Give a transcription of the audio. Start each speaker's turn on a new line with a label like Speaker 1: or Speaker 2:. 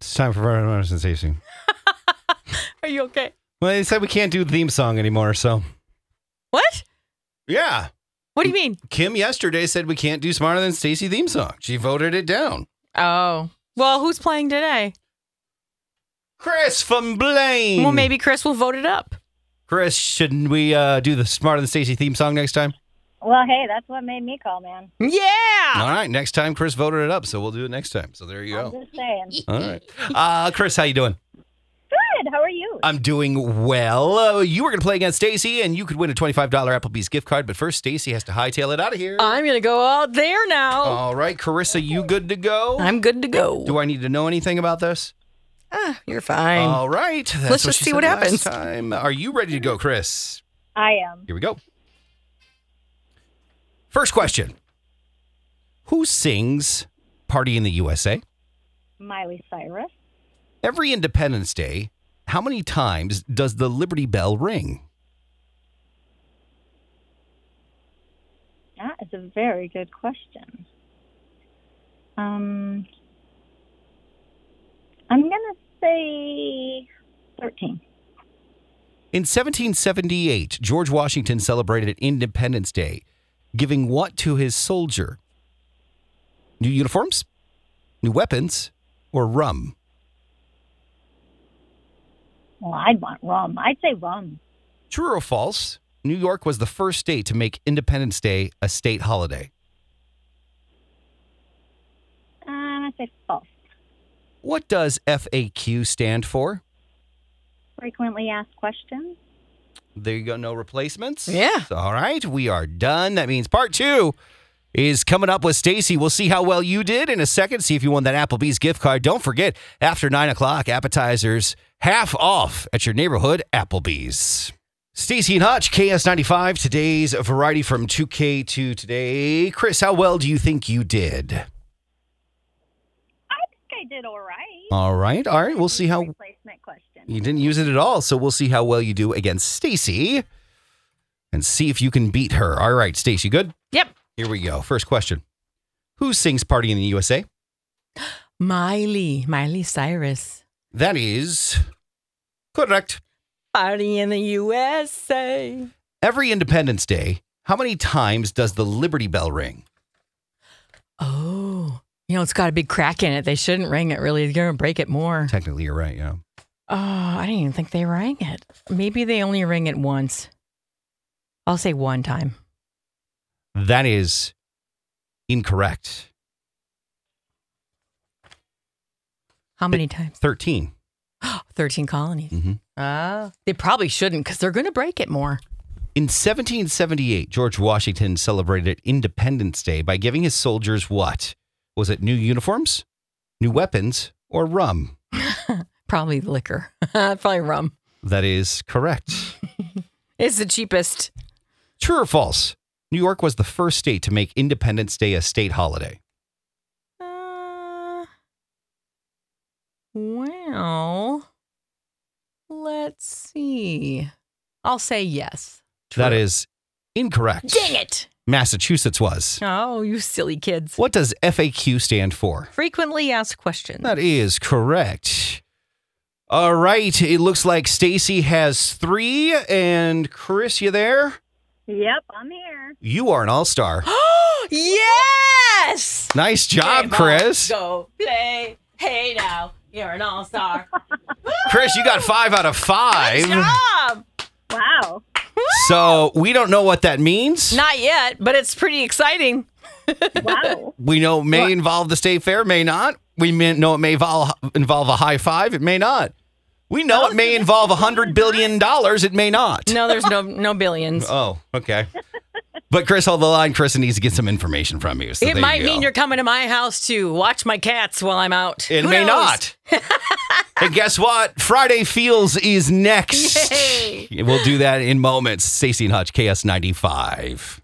Speaker 1: time for Farmers and Station.
Speaker 2: Are you okay?
Speaker 1: Well, they said we can't do theme song anymore, so.
Speaker 2: What?
Speaker 1: Yeah.
Speaker 2: What do you mean?
Speaker 1: Kim yesterday said we can't do Smarter Than Stacy theme song. She voted it down.
Speaker 2: Oh. Well, who's playing today?
Speaker 1: Chris from Blaine.
Speaker 2: Well, maybe Chris will vote it up.
Speaker 1: Chris, shouldn't we uh, do the Smarter Than Stacy theme song next time?
Speaker 3: Well, hey, that's what made me call, man.
Speaker 2: Yeah.
Speaker 1: All right, next time Chris voted it up, so we'll do it next time. So there you
Speaker 3: I'm
Speaker 1: go.
Speaker 3: just saying.
Speaker 1: All right, uh, Chris, how you doing?
Speaker 3: Good. How are you?
Speaker 1: I'm doing well. Uh, you were gonna play against Stacy, and you could win a $25 Applebee's gift card. But first, Stacy has to hightail it out of here.
Speaker 2: I'm going to go out there now.
Speaker 1: All right, Carissa, you good to go?
Speaker 2: I'm good to go.
Speaker 1: Oh. Do I need to know anything about this?
Speaker 2: ah, you're fine.
Speaker 1: All right, that's
Speaker 2: Let's
Speaker 1: what
Speaker 2: just
Speaker 1: she
Speaker 2: see
Speaker 1: said
Speaker 2: what
Speaker 1: last
Speaker 2: happens.
Speaker 1: Time. Are you ready to go, Chris?
Speaker 3: I am.
Speaker 1: Here we go. First question: Who sings "Party in the USA"?
Speaker 3: Miley Cyrus.
Speaker 1: Every Independence Day, how many times does the Liberty Bell ring?
Speaker 3: That is a very good question. Um, I'm gonna say thirteen.
Speaker 1: In 1778, George Washington celebrated Independence Day, giving what to his soldier? New uniforms, new weapons, or rum?
Speaker 3: Well, I'd want rum. I'd say rum.
Speaker 1: True or false? New York was the first state to make Independence Day a state holiday.
Speaker 3: Um, I say false.
Speaker 1: What does FAQ stand for?
Speaker 3: Frequently asked questions.
Speaker 1: There you go. No replacements.
Speaker 2: Yeah.
Speaker 1: All right. We are done. That means part two is coming up with Stacy. We'll see how well you did in a second. See if you won that Applebee's gift card. Don't forget, after nine o'clock, appetizers half off at your neighborhood Applebee's. Stacy and Hutch, KS95, today's variety from 2K to today. Chris, how well do you think you did?
Speaker 3: I think I did all right.
Speaker 1: All right. All right. We'll see how
Speaker 3: Replacement question.
Speaker 1: You didn't use it at all, so we'll see how well you do against Stacy and see if you can beat her. All right, Stacy, good?
Speaker 2: Yep.
Speaker 1: Here we go. First question. Who sings Party in the USA?
Speaker 2: Miley, Miley Cyrus.
Speaker 1: That is correct.
Speaker 2: Party in the USA.
Speaker 1: Every Independence Day, how many times does the Liberty Bell ring?
Speaker 2: Oh. You know, it's got a big crack in it. They shouldn't ring it really. You're going to break it more.
Speaker 1: Technically, you're right, yeah.
Speaker 2: Oh, I didn't even think they rang it. Maybe they only ring it once. I'll say one time.
Speaker 1: That is incorrect.
Speaker 2: How many times?
Speaker 1: 13.
Speaker 2: 13 colonies.
Speaker 1: Mhm.
Speaker 2: Oh. They probably shouldn't because they're going to break it more.
Speaker 1: In 1778, George Washington celebrated Independence Day by giving his soldiers what? Was it new uniforms, new weapons, or rum?
Speaker 2: Probably liquor. probably rum.
Speaker 1: That is correct.
Speaker 2: It's the cheapest.
Speaker 1: True or false? New York was the first state to make Independence Day a state holiday.
Speaker 2: Uh, well, let's see. I'll say yes.
Speaker 1: That is incorrect.
Speaker 2: Dang it.
Speaker 1: Massachusetts was.
Speaker 2: Oh, you silly kids.
Speaker 1: What does FAQ stand for?
Speaker 2: Frequently asked questions.
Speaker 1: That is correct. All right, it looks like Stacy has 3 and Chris you there?
Speaker 3: Yep, I'm here.
Speaker 1: You are an all-star.
Speaker 2: yes!
Speaker 1: Nice job,
Speaker 2: Game on.
Speaker 1: Chris.
Speaker 2: Go play. Hey now, you're an all star.
Speaker 1: Chris, you got 5 out of 5.
Speaker 2: job.
Speaker 3: Wow.
Speaker 1: So, we don't know what that means.
Speaker 2: Not yet, but it's pretty exciting.
Speaker 3: Wow.
Speaker 1: we know it may involve the state fair, may not. We may know it may vol- involve a high five, it may not. We know it may involve a hundred billion dollars, it may not.
Speaker 2: No, there's no no billions.
Speaker 1: Oh, okay. but Chris, hold the line. Chris needs to get some information from you. So
Speaker 2: it
Speaker 1: there
Speaker 2: might
Speaker 1: you go.
Speaker 2: mean you're coming to my house to watch my cats while I'm out.
Speaker 1: It
Speaker 2: Who
Speaker 1: may
Speaker 2: knows?
Speaker 1: not. and guess what? Friday Feels is next.
Speaker 2: Yay.
Speaker 1: We'll do that in moments. Stacey and Hutch, KS ninety five.